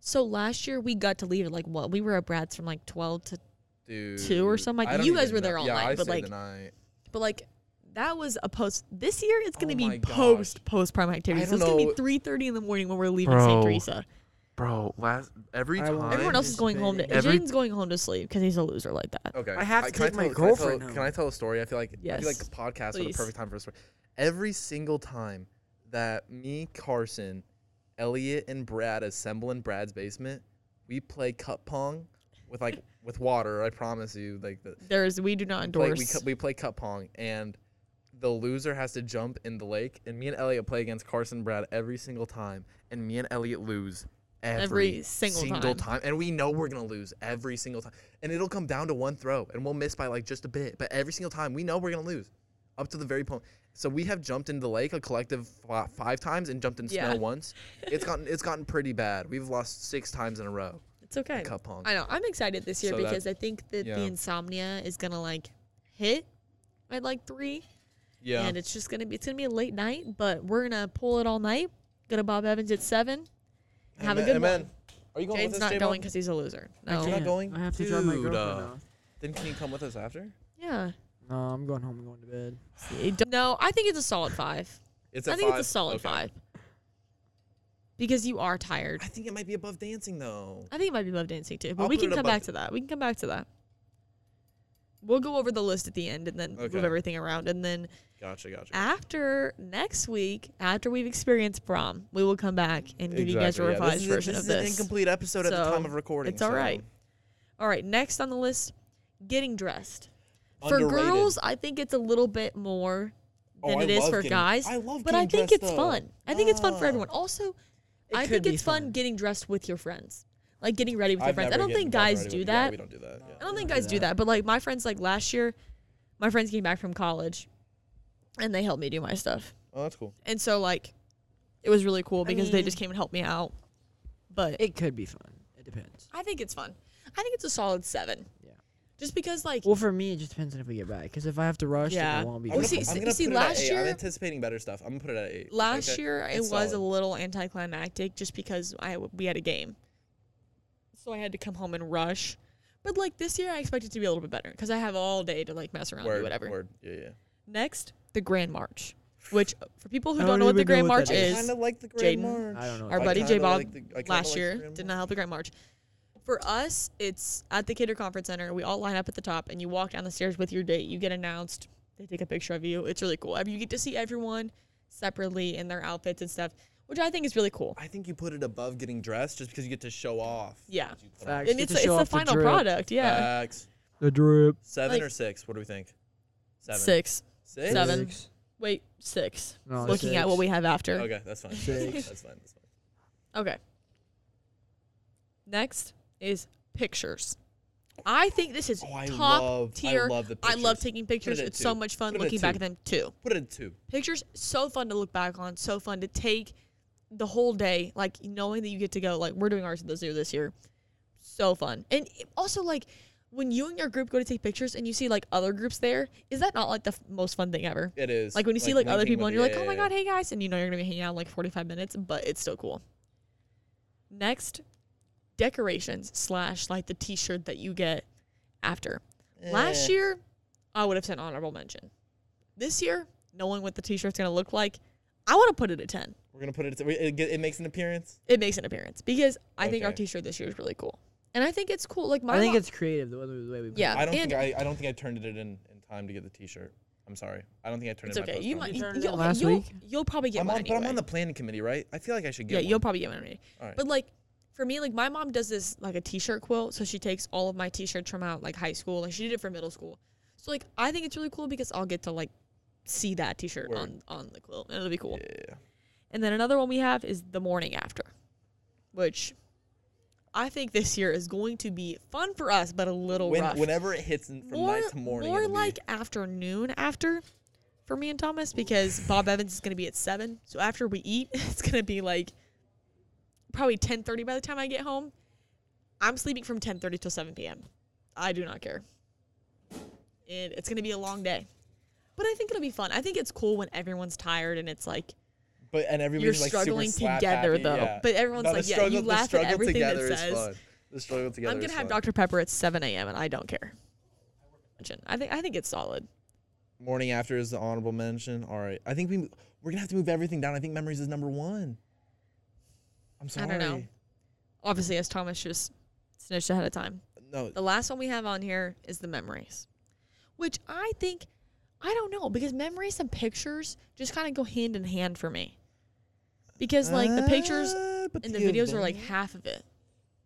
[SPEAKER 2] So last year we got to leave at like what we were at Brad's from like twelve to
[SPEAKER 3] Dude,
[SPEAKER 2] Two or something like
[SPEAKER 3] I
[SPEAKER 2] that.
[SPEAKER 3] don't
[SPEAKER 2] You guys
[SPEAKER 3] even
[SPEAKER 2] were there
[SPEAKER 3] know.
[SPEAKER 2] all
[SPEAKER 3] yeah,
[SPEAKER 2] night,
[SPEAKER 3] I
[SPEAKER 2] but,
[SPEAKER 3] stayed
[SPEAKER 2] like,
[SPEAKER 3] the night.
[SPEAKER 2] but like that was a post this year it's gonna
[SPEAKER 3] Oh my
[SPEAKER 2] be
[SPEAKER 3] gosh.
[SPEAKER 2] post post prime activities. So
[SPEAKER 3] don't
[SPEAKER 2] it's gonna
[SPEAKER 3] know.
[SPEAKER 2] be three thirty in the morning when we're leaving St.
[SPEAKER 3] Bro.
[SPEAKER 2] Teresa.
[SPEAKER 3] bro, Oh, last every
[SPEAKER 1] I won't. time-
[SPEAKER 2] Everyone else is going home to
[SPEAKER 3] Every-
[SPEAKER 2] Jaden's going home to sleep because he's a loser like that.
[SPEAKER 3] Okay.
[SPEAKER 1] I have to
[SPEAKER 3] can
[SPEAKER 1] take my
[SPEAKER 3] tell- can I tell-
[SPEAKER 1] girlfriend
[SPEAKER 3] Can
[SPEAKER 1] home.
[SPEAKER 3] I tell a story? I feel like I feel like
[SPEAKER 2] Yes.
[SPEAKER 3] podcasts are the
[SPEAKER 2] Please.
[SPEAKER 3] perfect time for a story. Every single time that me, Carson, Elliot, and Brad assemble in Brad's basement, we play cup pong with like with water. I promise you, like the
[SPEAKER 2] There is we do not
[SPEAKER 3] we play, we,
[SPEAKER 2] endorse
[SPEAKER 3] cu- we play cup pong and the loser has to jump in the lake and me and elliot play against carson and brad every single time and me and elliot lose every,
[SPEAKER 2] Every single time.
[SPEAKER 3] and we know we're gonna lose every single time and it'll come down to one throw and we'll miss by like just a bit but every single time we know we're gonna lose up to the very point so we have jumped into the lake a collective fi- five times and jumped in
[SPEAKER 2] Yeah.
[SPEAKER 3] snow once it's gotten it's gotten pretty bad we've lost six times in a row
[SPEAKER 2] It's okay.
[SPEAKER 3] cup pong
[SPEAKER 2] I know. I'm excited this year
[SPEAKER 3] So that-
[SPEAKER 2] because I think that
[SPEAKER 3] yeah.
[SPEAKER 2] the insomnia is gonna like hit at like three,
[SPEAKER 3] yeah
[SPEAKER 2] and it's just gonna be it's gonna be a late night, but we're gonna pull it all night. Go to Bob Evans at seven. and Have a good
[SPEAKER 3] Amen.
[SPEAKER 2] one.
[SPEAKER 3] are you going with
[SPEAKER 2] Jaden's
[SPEAKER 3] us,
[SPEAKER 2] not
[SPEAKER 3] J-Bo?
[SPEAKER 2] going because he's a loser. No.
[SPEAKER 3] You're not
[SPEAKER 1] Damn,
[SPEAKER 3] going?
[SPEAKER 1] I have to drive my
[SPEAKER 3] Dude,
[SPEAKER 1] girlfriend.
[SPEAKER 3] uh,
[SPEAKER 1] off.
[SPEAKER 3] Then can you come with us after?
[SPEAKER 2] Yeah.
[SPEAKER 1] No, I'm going home. and going to bed.
[SPEAKER 2] See, don't- no, I think it's a solid five.
[SPEAKER 3] It's
[SPEAKER 2] I think it's a solid five because you are tired.
[SPEAKER 3] I think it might be above dancing though.
[SPEAKER 2] I think it might be love dancing too, but
[SPEAKER 3] I'll
[SPEAKER 2] we
[SPEAKER 3] put
[SPEAKER 2] can
[SPEAKER 3] it
[SPEAKER 2] come
[SPEAKER 3] above
[SPEAKER 2] back to that. We can come back to that. We'll go over the list at the end and then
[SPEAKER 3] Okay.
[SPEAKER 2] move everything around, and then
[SPEAKER 3] Gotcha, gotcha.
[SPEAKER 2] after next week, after we've experienced prom, we will come back and give you guys a
[SPEAKER 3] Exactly, yeah.
[SPEAKER 2] revised
[SPEAKER 3] This is a-
[SPEAKER 2] version
[SPEAKER 3] this
[SPEAKER 2] of
[SPEAKER 3] is an
[SPEAKER 2] this.
[SPEAKER 3] incomplete episode at the
[SPEAKER 2] So,
[SPEAKER 3] time of recording.
[SPEAKER 2] it's all
[SPEAKER 3] so-
[SPEAKER 2] right. All right, next on the list, getting dressed. For
[SPEAKER 3] Underrated.
[SPEAKER 2] girls, I think it's a little bit more
[SPEAKER 3] Oh,
[SPEAKER 2] than
[SPEAKER 3] I
[SPEAKER 2] it is
[SPEAKER 3] love
[SPEAKER 2] for
[SPEAKER 3] getting-
[SPEAKER 2] guys.
[SPEAKER 3] I love
[SPEAKER 2] but I
[SPEAKER 3] getting
[SPEAKER 2] think
[SPEAKER 3] dressed,
[SPEAKER 2] it's
[SPEAKER 3] though.
[SPEAKER 2] fun. I think it's fun for
[SPEAKER 3] Ah.
[SPEAKER 2] everyone. Also, I
[SPEAKER 1] could
[SPEAKER 2] think
[SPEAKER 1] be
[SPEAKER 2] it's fun.
[SPEAKER 1] fun.
[SPEAKER 2] getting dressed with your friends. Like getting ready with your
[SPEAKER 3] I've
[SPEAKER 2] friends. I
[SPEAKER 3] never
[SPEAKER 2] don't think
[SPEAKER 3] get involved
[SPEAKER 2] guys
[SPEAKER 3] already
[SPEAKER 2] do
[SPEAKER 3] with-
[SPEAKER 2] that.
[SPEAKER 3] Yeah, we don't do that. yeah.
[SPEAKER 2] I don't think guys do that, but like my friends, like last year, my friends came back from college, and they helped me do my stuff,
[SPEAKER 3] Oh, that's cool.
[SPEAKER 2] and so like, it was really cool because they
[SPEAKER 1] mean-
[SPEAKER 2] just came and helped me out. But
[SPEAKER 1] It could be fun. It depends.
[SPEAKER 2] I think it's fun. I think it's a solid seven.
[SPEAKER 1] Yeah.
[SPEAKER 2] Just because like
[SPEAKER 1] Well, for me, it just depends on if we get back. Because if I have to rush,
[SPEAKER 2] Yeah.
[SPEAKER 1] then it won't be.
[SPEAKER 2] Well,
[SPEAKER 1] good.
[SPEAKER 2] see-
[SPEAKER 3] I'm
[SPEAKER 2] see-
[SPEAKER 3] gonna
[SPEAKER 2] see,
[SPEAKER 3] put it at
[SPEAKER 2] last
[SPEAKER 3] eight. I'm
[SPEAKER 2] year-
[SPEAKER 3] anticipating better stuff. I'm gonna put it at eight.
[SPEAKER 2] last
[SPEAKER 3] Like, uh,
[SPEAKER 2] year it
[SPEAKER 3] it's
[SPEAKER 2] was a
[SPEAKER 3] solid.
[SPEAKER 2] little anticlimactic just because I w- we had a game, so I had to come home and rush. But like this year, I expect it to be a little bit better because I have all day to like mess around and
[SPEAKER 3] word,
[SPEAKER 2] do whatever.
[SPEAKER 3] Word. Yeah, yeah.
[SPEAKER 2] Next, the Grand March, which uh, for people who
[SPEAKER 1] I
[SPEAKER 2] don't,
[SPEAKER 1] don't
[SPEAKER 2] know what the
[SPEAKER 1] even know
[SPEAKER 2] Grand
[SPEAKER 1] what
[SPEAKER 2] March
[SPEAKER 1] that
[SPEAKER 3] I
[SPEAKER 1] is.
[SPEAKER 2] is,
[SPEAKER 3] kind of like the Grand
[SPEAKER 2] Jaden.
[SPEAKER 3] March.
[SPEAKER 1] I don't know.
[SPEAKER 2] Our
[SPEAKER 1] I
[SPEAKER 3] I
[SPEAKER 2] buddy
[SPEAKER 3] kinda
[SPEAKER 2] J Bob
[SPEAKER 3] like the- I kinda
[SPEAKER 2] last
[SPEAKER 3] like the
[SPEAKER 2] year
[SPEAKER 3] Grand
[SPEAKER 2] did
[SPEAKER 3] March.
[SPEAKER 2] not have the Grand March. For us, it's at the Cater Conference Center. We all line up at the top, and you walk down the stairs with your date. You get announced. They take a picture of you. It's really cool. Ev- You get to see everyone separately in their outfits and stuff, which I think is really cool.
[SPEAKER 3] I think you put it above getting dressed just because you get to show off.
[SPEAKER 2] Yeah,
[SPEAKER 3] You put on
[SPEAKER 1] Facts.
[SPEAKER 2] and
[SPEAKER 1] Get
[SPEAKER 2] it's
[SPEAKER 1] to
[SPEAKER 2] it's
[SPEAKER 1] show
[SPEAKER 2] the
[SPEAKER 1] off the
[SPEAKER 2] final
[SPEAKER 1] drip.
[SPEAKER 2] product. Yeah,
[SPEAKER 3] Facts.
[SPEAKER 1] the drip.
[SPEAKER 3] Seven
[SPEAKER 2] Like-
[SPEAKER 3] or six? What do we think? Seven.
[SPEAKER 2] six.
[SPEAKER 3] Six?
[SPEAKER 2] Seven. Wait, six.
[SPEAKER 1] No,
[SPEAKER 2] Looking at what we have after. Okay.
[SPEAKER 3] Okay, that's fine. That's fine.
[SPEAKER 1] Six.
[SPEAKER 3] That's fine. That's fine.
[SPEAKER 2] Next is pictures. I think this is
[SPEAKER 3] Oh, I
[SPEAKER 2] top
[SPEAKER 3] love,
[SPEAKER 2] tier.
[SPEAKER 3] I love the
[SPEAKER 2] I
[SPEAKER 3] pictures.
[SPEAKER 2] love taking pictures.
[SPEAKER 3] at
[SPEAKER 2] It's so
[SPEAKER 3] two.
[SPEAKER 2] much fun
[SPEAKER 3] Put it at
[SPEAKER 2] looking back
[SPEAKER 3] two.
[SPEAKER 2] at them too.
[SPEAKER 3] Put it at two.
[SPEAKER 2] Pictures so fun to look back on, so fun to take the whole day, like knowing that you get to go, like we're doing ours at the zoo this year. So fun. And it- also like when you and your group go to take pictures and you see like other groups there, is that not like the f- most fun thing ever?
[SPEAKER 3] It is.
[SPEAKER 2] Like when you see like other
[SPEAKER 3] linking
[SPEAKER 2] people and
[SPEAKER 3] with
[SPEAKER 2] you're
[SPEAKER 3] the-
[SPEAKER 2] like,
[SPEAKER 3] yeah,
[SPEAKER 2] oh my
[SPEAKER 3] yeah,
[SPEAKER 2] god, hey guys, and you know you're gonna be hanging out in like 45 minutes, but it's still cool. Next, decorations slash like the T-shirt that you get after.
[SPEAKER 3] yeah.
[SPEAKER 2] Last
[SPEAKER 3] Eh.
[SPEAKER 2] year, I would have said honorable mention. This year, knowing what the T-shirt's gonna look like, I want to put it at 10.
[SPEAKER 3] We're going to put it at we- It, get- it makes an appearance.
[SPEAKER 2] It makes an appearance because I think our
[SPEAKER 3] Okay.
[SPEAKER 2] T-shirt this year is really cool, and I think it's cool. Like my
[SPEAKER 1] I think
[SPEAKER 2] mom-
[SPEAKER 1] it's creative the way, the way we. put
[SPEAKER 2] Yeah.
[SPEAKER 1] it.
[SPEAKER 3] I don't
[SPEAKER 2] Uh, and-
[SPEAKER 3] think I, I don't think I turned it in in time to get the T-shirt. I'm sorry. I don't think I turned
[SPEAKER 2] it's
[SPEAKER 3] in my
[SPEAKER 2] okay.
[SPEAKER 3] post
[SPEAKER 2] You
[SPEAKER 3] on.
[SPEAKER 2] might
[SPEAKER 1] You turned it
[SPEAKER 2] you'll,
[SPEAKER 1] in last
[SPEAKER 2] you'll,
[SPEAKER 1] week?
[SPEAKER 2] you'll probably get
[SPEAKER 3] I'm
[SPEAKER 2] one
[SPEAKER 3] on, but I'm
[SPEAKER 2] anyway.
[SPEAKER 3] on the planning committee, right? I feel like I should
[SPEAKER 2] yeah,
[SPEAKER 3] get
[SPEAKER 2] you'll
[SPEAKER 3] one.
[SPEAKER 2] probably get one anyway.
[SPEAKER 3] All right.
[SPEAKER 2] But like for me, like my mom does this like a t-shirt quilt, so she takes all of my t-shirts from out like high school, like she did it for middle school. So like I think it's really cool because I'll get to like see that t-shirt
[SPEAKER 3] Word.
[SPEAKER 2] on on the quilt, and it'll be cool.
[SPEAKER 3] yeah.
[SPEAKER 2] And then another one we have is the morning after, which I think this year is going to be fun for us, but a little
[SPEAKER 3] When,
[SPEAKER 2] rough.
[SPEAKER 3] whenever it hits in, from
[SPEAKER 2] more
[SPEAKER 3] night to morning.
[SPEAKER 2] more
[SPEAKER 3] it'll be-
[SPEAKER 2] like afternoon after for me and Thomas because Bob Evans is going to be at seven. So after we eat, it's going to be like probably ten thirty by the time I get home. I'm sleeping from ten thirty till seven p.m. I do not care, and it's going to be a long day. But I think it'll be fun. I think it's cool when everyone's tired and it's like
[SPEAKER 3] But and
[SPEAKER 2] you're
[SPEAKER 3] everybody's like
[SPEAKER 2] struggling
[SPEAKER 3] super slap
[SPEAKER 2] together
[SPEAKER 3] happy,
[SPEAKER 2] though.
[SPEAKER 3] yeah.
[SPEAKER 2] But everyone's
[SPEAKER 3] No, the
[SPEAKER 2] like, yeah,
[SPEAKER 3] struggle-
[SPEAKER 2] you
[SPEAKER 3] the
[SPEAKER 2] laugh at
[SPEAKER 3] struggle
[SPEAKER 2] everything that
[SPEAKER 3] together is
[SPEAKER 2] says.
[SPEAKER 3] fun. The struggle together.
[SPEAKER 2] I'm gonna
[SPEAKER 3] is
[SPEAKER 2] have
[SPEAKER 3] fun.
[SPEAKER 2] Dr Pepper at 7 a.m. and I don't care. I think I think it's solid.
[SPEAKER 3] Morning after is the honorable mention. All right, I think we we're gonna have to move everything down. I think memories is number one. I'm
[SPEAKER 2] I
[SPEAKER 3] sorry.
[SPEAKER 2] don't know. Obviously, as Thomas just snitched ahead of time.
[SPEAKER 3] No,
[SPEAKER 2] The last one we have on here is the memories, which I think I don't know because memories and pictures just kind of go hand in hand for me. Because like the pictures
[SPEAKER 3] Uh, but
[SPEAKER 2] and the
[SPEAKER 3] you
[SPEAKER 2] videos are like
[SPEAKER 3] don't-
[SPEAKER 2] half of it,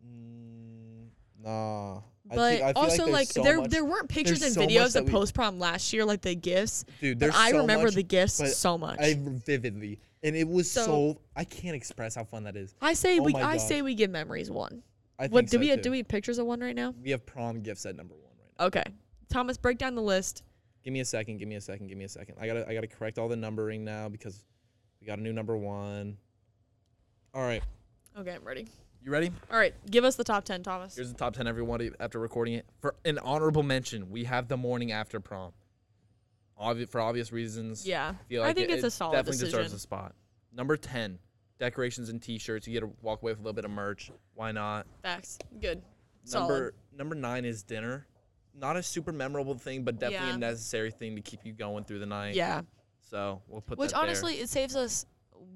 [SPEAKER 3] Mm, nah.
[SPEAKER 2] but
[SPEAKER 3] I think, I feel
[SPEAKER 2] also
[SPEAKER 3] like,
[SPEAKER 2] like
[SPEAKER 3] there's so
[SPEAKER 2] there
[SPEAKER 3] much,
[SPEAKER 2] there weren't pictures and
[SPEAKER 3] so much
[SPEAKER 2] videos
[SPEAKER 3] that
[SPEAKER 2] at
[SPEAKER 3] we-
[SPEAKER 2] post prom last year like the gifts.
[SPEAKER 3] dude.
[SPEAKER 2] But
[SPEAKER 3] There's
[SPEAKER 2] I
[SPEAKER 3] so
[SPEAKER 2] remember
[SPEAKER 3] much,
[SPEAKER 2] the gifts
[SPEAKER 3] but
[SPEAKER 2] so much.
[SPEAKER 3] I vividly, and it was
[SPEAKER 2] So-
[SPEAKER 3] so, I can't express how fun that is.
[SPEAKER 2] I say
[SPEAKER 3] Oh
[SPEAKER 2] we
[SPEAKER 3] my
[SPEAKER 2] I
[SPEAKER 3] gosh.
[SPEAKER 2] say we give memories one.
[SPEAKER 3] I think
[SPEAKER 2] What do
[SPEAKER 3] so,
[SPEAKER 2] we have?
[SPEAKER 3] too.
[SPEAKER 2] Do we have pictures of one right now?
[SPEAKER 3] We have prom gifts at number one right now.
[SPEAKER 2] Okay, Thomas, break down the list.
[SPEAKER 3] Give me a second. Give me a second. Give me a second. I gotta I gotta correct all the numbering now because we got a new number one. All right,
[SPEAKER 2] Okay, I'm ready.
[SPEAKER 3] you ready?
[SPEAKER 2] All right, give us the top ten, Thomas.
[SPEAKER 3] Here's the top ten everyone after recording it. For an honorable mention, we have the morning after prom. Obvi- for obvious reasons.
[SPEAKER 2] Yeah,
[SPEAKER 3] I, feel
[SPEAKER 2] I
[SPEAKER 3] like
[SPEAKER 2] think
[SPEAKER 3] it-
[SPEAKER 2] it's
[SPEAKER 3] it
[SPEAKER 2] a solid
[SPEAKER 3] Definitely deserves
[SPEAKER 2] decision.
[SPEAKER 3] a spot. Number ten, decorations and T-shirts. You get to walk away with a little bit of merch. Why not?
[SPEAKER 2] facts. Good.
[SPEAKER 3] Number number nine is dinner. Not a super memorable thing, but definitely
[SPEAKER 2] Yeah.
[SPEAKER 3] a necessary thing to keep you going through the night.
[SPEAKER 2] Yeah.
[SPEAKER 3] So we'll put
[SPEAKER 2] Which
[SPEAKER 3] that there.
[SPEAKER 2] honestly, it saves us.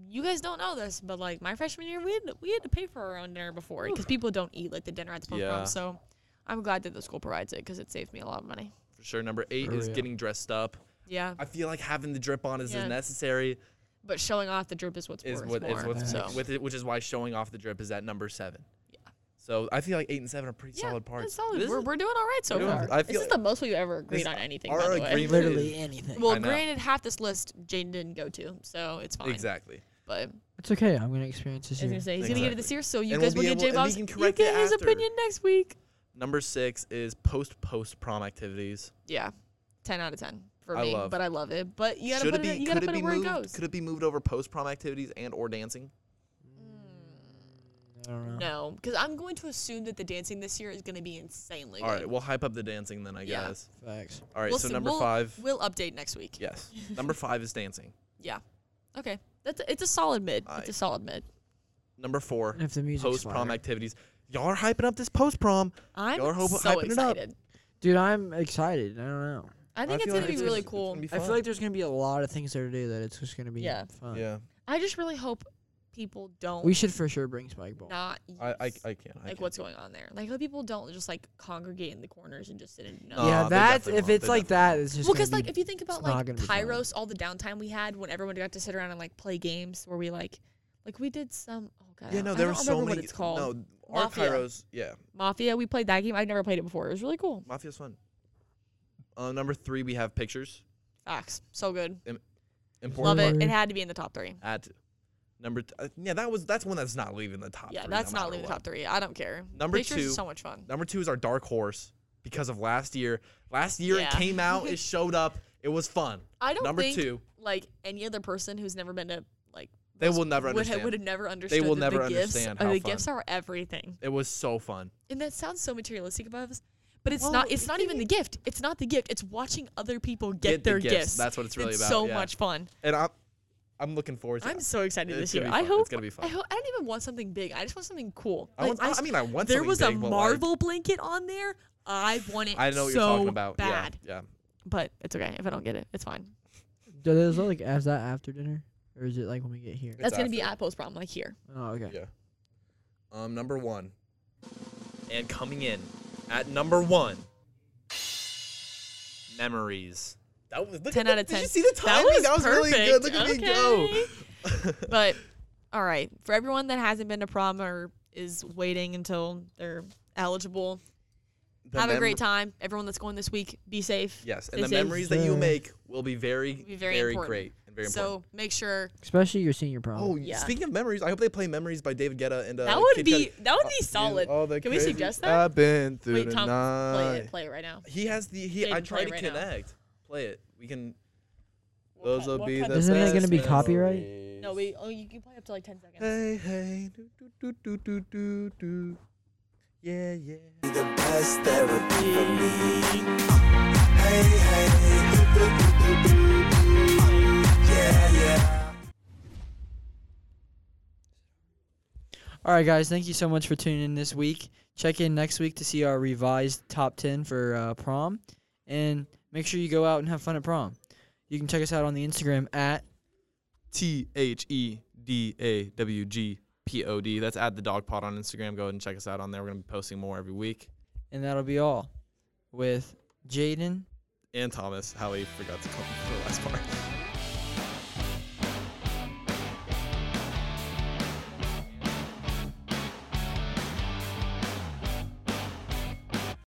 [SPEAKER 2] You guys don't know this, but like my freshman year, we had to, we had to pay for our own dinner before because people don't eat like the dinner at the prom.
[SPEAKER 3] Yeah.
[SPEAKER 2] So I'm glad that the school provides it because it saved me a lot of money.
[SPEAKER 3] for sure. Number eight
[SPEAKER 1] For
[SPEAKER 3] is
[SPEAKER 1] real.
[SPEAKER 3] getting dressed up.
[SPEAKER 2] Yeah,
[SPEAKER 3] I feel like having the drip on is
[SPEAKER 2] Yeah.
[SPEAKER 3] necessary.
[SPEAKER 2] but showing off the drip is what's
[SPEAKER 3] Is
[SPEAKER 2] worth
[SPEAKER 3] what
[SPEAKER 2] more.
[SPEAKER 3] is what's
[SPEAKER 2] so
[SPEAKER 3] with it, which is why showing off the drip is at number seven. So I feel like eight and seven are pretty
[SPEAKER 2] yeah,
[SPEAKER 3] solid
[SPEAKER 2] that's
[SPEAKER 3] parts.
[SPEAKER 2] solid.
[SPEAKER 3] This
[SPEAKER 2] We're,
[SPEAKER 3] is-
[SPEAKER 2] we're doing all right so
[SPEAKER 3] we're doing-
[SPEAKER 2] far.
[SPEAKER 3] I
[SPEAKER 2] this
[SPEAKER 3] feel
[SPEAKER 2] is the most we've ever agreed
[SPEAKER 3] this-
[SPEAKER 2] on anything.
[SPEAKER 3] our
[SPEAKER 2] by the way.
[SPEAKER 3] agreement-
[SPEAKER 1] Literally anything.
[SPEAKER 2] Well,
[SPEAKER 3] I know.
[SPEAKER 2] granted, half this list Jane didn't go to, so it's fine.
[SPEAKER 3] exactly.
[SPEAKER 2] But
[SPEAKER 1] it's okay. I'm gonna experience this
[SPEAKER 2] I was
[SPEAKER 1] year.
[SPEAKER 2] gonna say he's gonna get it this
[SPEAKER 3] Exactly.
[SPEAKER 2] year, so you
[SPEAKER 3] And
[SPEAKER 2] guys
[SPEAKER 3] we'll
[SPEAKER 2] will get
[SPEAKER 3] be able-
[SPEAKER 2] J
[SPEAKER 3] and we
[SPEAKER 2] Bob's.
[SPEAKER 3] can
[SPEAKER 2] You
[SPEAKER 3] correct
[SPEAKER 2] get
[SPEAKER 3] it
[SPEAKER 2] his
[SPEAKER 3] after.
[SPEAKER 2] opinion next week.
[SPEAKER 3] Number six is post post prom activities.
[SPEAKER 2] Yeah, ten out of ten for
[SPEAKER 3] I
[SPEAKER 2] me.
[SPEAKER 3] love-
[SPEAKER 2] But I love it. But you gotta
[SPEAKER 3] Should
[SPEAKER 2] put
[SPEAKER 3] it
[SPEAKER 2] it.
[SPEAKER 3] be?
[SPEAKER 2] you
[SPEAKER 3] could
[SPEAKER 2] gotta
[SPEAKER 3] it
[SPEAKER 2] put
[SPEAKER 3] be
[SPEAKER 2] it where
[SPEAKER 3] moved?
[SPEAKER 2] it goes.
[SPEAKER 3] Could it be moved over post prom activities and or dancing?
[SPEAKER 1] Mm, I don't know.
[SPEAKER 2] No, because I'm going to assume that the dancing this year is going to be insanely.
[SPEAKER 3] All
[SPEAKER 2] good.
[SPEAKER 3] right, we'll hype up the dancing then, I
[SPEAKER 2] Yeah.
[SPEAKER 3] guess.
[SPEAKER 1] Facts.
[SPEAKER 3] All right,
[SPEAKER 2] We'll
[SPEAKER 3] so
[SPEAKER 2] see-
[SPEAKER 3] number
[SPEAKER 2] we'll-
[SPEAKER 3] five.
[SPEAKER 2] We'll update next week.
[SPEAKER 3] Yes, number five is dancing.
[SPEAKER 2] Yeah. Okay. That's a, it's a solid mid. it's
[SPEAKER 3] Aye.
[SPEAKER 2] a solid mid.
[SPEAKER 3] Number four,
[SPEAKER 1] If the music
[SPEAKER 3] post prom activities. Y'all are hyping up this post prom.
[SPEAKER 2] I'm
[SPEAKER 3] Y'all are hope-
[SPEAKER 2] so
[SPEAKER 3] hyping it up.
[SPEAKER 2] excited.
[SPEAKER 1] dude, I'm excited. I don't know.
[SPEAKER 2] I think it's
[SPEAKER 3] feel
[SPEAKER 2] gonna
[SPEAKER 3] like
[SPEAKER 2] be really cool.
[SPEAKER 3] it's gonna be
[SPEAKER 1] I feel
[SPEAKER 3] fun.
[SPEAKER 1] like there's gonna be a lot of things there to do that it's just gonna be
[SPEAKER 2] Yeah.
[SPEAKER 1] fun.
[SPEAKER 3] yeah,
[SPEAKER 2] I just really hope people don't
[SPEAKER 1] We should for sure bring Spike Ball.
[SPEAKER 2] not
[SPEAKER 3] I, I, I
[SPEAKER 2] use,
[SPEAKER 3] can't. I
[SPEAKER 2] like
[SPEAKER 3] can't.
[SPEAKER 2] what's going on there. Like how people don't just like congregate in the corners and just sit and
[SPEAKER 3] No,
[SPEAKER 2] know.
[SPEAKER 1] yeah,
[SPEAKER 3] they
[SPEAKER 1] that's
[SPEAKER 3] definitely
[SPEAKER 1] if
[SPEAKER 3] won't.
[SPEAKER 1] it's
[SPEAKER 3] They
[SPEAKER 1] like
[SPEAKER 3] definitely
[SPEAKER 1] that,
[SPEAKER 3] won't.
[SPEAKER 1] it's just
[SPEAKER 2] Well,
[SPEAKER 1] gonna
[SPEAKER 2] because like
[SPEAKER 1] be-
[SPEAKER 2] if you think about
[SPEAKER 1] not
[SPEAKER 2] like
[SPEAKER 1] gonna be fun.
[SPEAKER 2] Pyros, all the downtime we had when everyone got to sit around and like play games, where we like, like we did some. Oh god,
[SPEAKER 3] Yeah,
[SPEAKER 2] I
[SPEAKER 3] no,
[SPEAKER 2] don't-
[SPEAKER 3] there
[SPEAKER 2] I
[SPEAKER 3] were
[SPEAKER 2] don't
[SPEAKER 3] so
[SPEAKER 2] remember
[SPEAKER 3] many.
[SPEAKER 2] What it's called
[SPEAKER 3] No, our
[SPEAKER 2] Mafia.
[SPEAKER 3] Kairos. Yeah,
[SPEAKER 2] Mafia. We played that game. I'd never played it before. It was really cool.
[SPEAKER 3] Mafia's fun. Uh, number three, we have pictures.
[SPEAKER 2] Facts, so good.
[SPEAKER 3] Important.
[SPEAKER 2] Love it.
[SPEAKER 1] Word.
[SPEAKER 2] It had to be in the top three.
[SPEAKER 3] At number, th- uh, yeah, that was that's one that's not leaving the top.
[SPEAKER 2] yeah,
[SPEAKER 3] three,
[SPEAKER 2] that's
[SPEAKER 3] no
[SPEAKER 2] not
[SPEAKER 3] matter
[SPEAKER 2] leaving the
[SPEAKER 3] what.
[SPEAKER 2] top three. I don't care.
[SPEAKER 3] Number
[SPEAKER 2] Pictures is
[SPEAKER 3] two.
[SPEAKER 2] so much fun.
[SPEAKER 3] Number two is our dark horse because of last year. Last year it
[SPEAKER 2] Yeah.
[SPEAKER 3] came out, it showed up, it was fun.
[SPEAKER 2] I don't
[SPEAKER 3] Number
[SPEAKER 2] think
[SPEAKER 3] two,
[SPEAKER 2] like any other person who's never been to like
[SPEAKER 3] they will never
[SPEAKER 2] would
[SPEAKER 3] understand.
[SPEAKER 2] have, would have never understood.
[SPEAKER 3] will
[SPEAKER 2] that the
[SPEAKER 3] never
[SPEAKER 2] gifts,
[SPEAKER 3] understand
[SPEAKER 2] uh,
[SPEAKER 3] how
[SPEAKER 2] the
[SPEAKER 3] fun.
[SPEAKER 2] gifts are everything,
[SPEAKER 3] it was so fun.
[SPEAKER 2] and that sounds so materialistic about us. But it's
[SPEAKER 3] Well,
[SPEAKER 2] not. It's
[SPEAKER 3] it
[SPEAKER 2] not even the gift. It's not the gift. It's watching other people get,
[SPEAKER 3] the
[SPEAKER 2] their
[SPEAKER 3] gifts.
[SPEAKER 2] gifts.
[SPEAKER 3] That's what it's really about,
[SPEAKER 2] so
[SPEAKER 3] yeah.
[SPEAKER 2] much fun.
[SPEAKER 3] And I'm I'm looking forward to
[SPEAKER 2] I'm
[SPEAKER 3] it.
[SPEAKER 2] so excited
[SPEAKER 3] It's
[SPEAKER 2] this
[SPEAKER 3] gonna
[SPEAKER 2] year.
[SPEAKER 3] be
[SPEAKER 2] I
[SPEAKER 3] fun.
[SPEAKER 2] hope.
[SPEAKER 3] it's gonna be fun.
[SPEAKER 2] I hope. I don't even want something big. I just want something cool.
[SPEAKER 3] I, want, I, I mean, I want
[SPEAKER 2] there
[SPEAKER 3] something
[SPEAKER 2] was
[SPEAKER 3] big,
[SPEAKER 2] a
[SPEAKER 3] but, like,
[SPEAKER 2] Marvel blanket on there. I want it.
[SPEAKER 3] I know what
[SPEAKER 2] so
[SPEAKER 3] you're talking about.
[SPEAKER 2] Bad,
[SPEAKER 3] Yeah,
[SPEAKER 2] but it's okay if I don't get it. It's fine.
[SPEAKER 1] Do they look like as that after dinner, or is it like when we get here?
[SPEAKER 3] It's
[SPEAKER 2] That's gonna be
[SPEAKER 3] after.
[SPEAKER 2] at post prom, like here.
[SPEAKER 1] Oh, okay.
[SPEAKER 3] yeah, yeah. Um, number one, and coming in at number one, memories. That was look
[SPEAKER 2] Ten
[SPEAKER 3] at
[SPEAKER 2] out of
[SPEAKER 3] the-
[SPEAKER 2] ten.
[SPEAKER 3] Did you see the timing?
[SPEAKER 2] That was,
[SPEAKER 3] really
[SPEAKER 2] perfect.
[SPEAKER 3] good. Look at
[SPEAKER 2] okay.
[SPEAKER 3] me go.
[SPEAKER 2] But all right, for everyone that hasn't been to prom or is waiting until they're eligible,
[SPEAKER 3] The
[SPEAKER 2] have a
[SPEAKER 3] mem-
[SPEAKER 2] great time. Everyone that's going this week, be safe.
[SPEAKER 3] Yes,
[SPEAKER 2] Stay
[SPEAKER 3] and the
[SPEAKER 2] safe.
[SPEAKER 3] memories that you
[SPEAKER 1] Yeah.
[SPEAKER 3] make will be very,
[SPEAKER 2] Be
[SPEAKER 3] very,
[SPEAKER 2] very important.
[SPEAKER 3] great and very
[SPEAKER 2] so
[SPEAKER 3] important.
[SPEAKER 2] make sure
[SPEAKER 1] Especially your senior prom.
[SPEAKER 3] Oh,
[SPEAKER 2] Yeah.
[SPEAKER 3] speaking of memories, I hope they play "Memories" by David Guetta and uh,
[SPEAKER 2] that would
[SPEAKER 3] Kid
[SPEAKER 2] be
[SPEAKER 3] Cudi.
[SPEAKER 2] that would
[SPEAKER 3] Uh,
[SPEAKER 2] be
[SPEAKER 3] you-
[SPEAKER 2] solid.
[SPEAKER 3] all the
[SPEAKER 2] Can we
[SPEAKER 3] crazy
[SPEAKER 2] suggest that?
[SPEAKER 3] I've been through
[SPEAKER 2] Wait,
[SPEAKER 3] the
[SPEAKER 2] Tom, play
[SPEAKER 3] night.
[SPEAKER 2] it. Play it right now.
[SPEAKER 3] He has the he.
[SPEAKER 2] Dave,
[SPEAKER 3] I try
[SPEAKER 2] play
[SPEAKER 3] to
[SPEAKER 2] right now.
[SPEAKER 3] connect. Play it. We can.
[SPEAKER 2] What
[SPEAKER 3] Those
[SPEAKER 2] cut-
[SPEAKER 3] will
[SPEAKER 2] what
[SPEAKER 3] be
[SPEAKER 2] cut
[SPEAKER 3] the.
[SPEAKER 2] does
[SPEAKER 1] Isn't it
[SPEAKER 2] this
[SPEAKER 1] gonna be
[SPEAKER 2] miss?
[SPEAKER 3] best
[SPEAKER 1] copyright?
[SPEAKER 3] memories.
[SPEAKER 2] No, wait. Oh, you can play up to like ten seconds.
[SPEAKER 3] Hey hey. Do, do, do, do, do, do. Yeah yeah.
[SPEAKER 4] the best therapy for me. Hey, hey, do, do, do, do, do. yeah, yeah.
[SPEAKER 1] All right, guys. Thank you so much for tuning in this week. Check in next week to see our revised top ten for uh, prom, and make sure you go out and have fun at prom. You can check us out on the Instagram at
[SPEAKER 3] T H E D A W G P O D. That's at the dog pod on Instagram. Go ahead and check us out on there. We're gonna be posting more every week.
[SPEAKER 1] and that'll be all with Jaden.
[SPEAKER 3] And Thomas, how he forgot to come for the last part.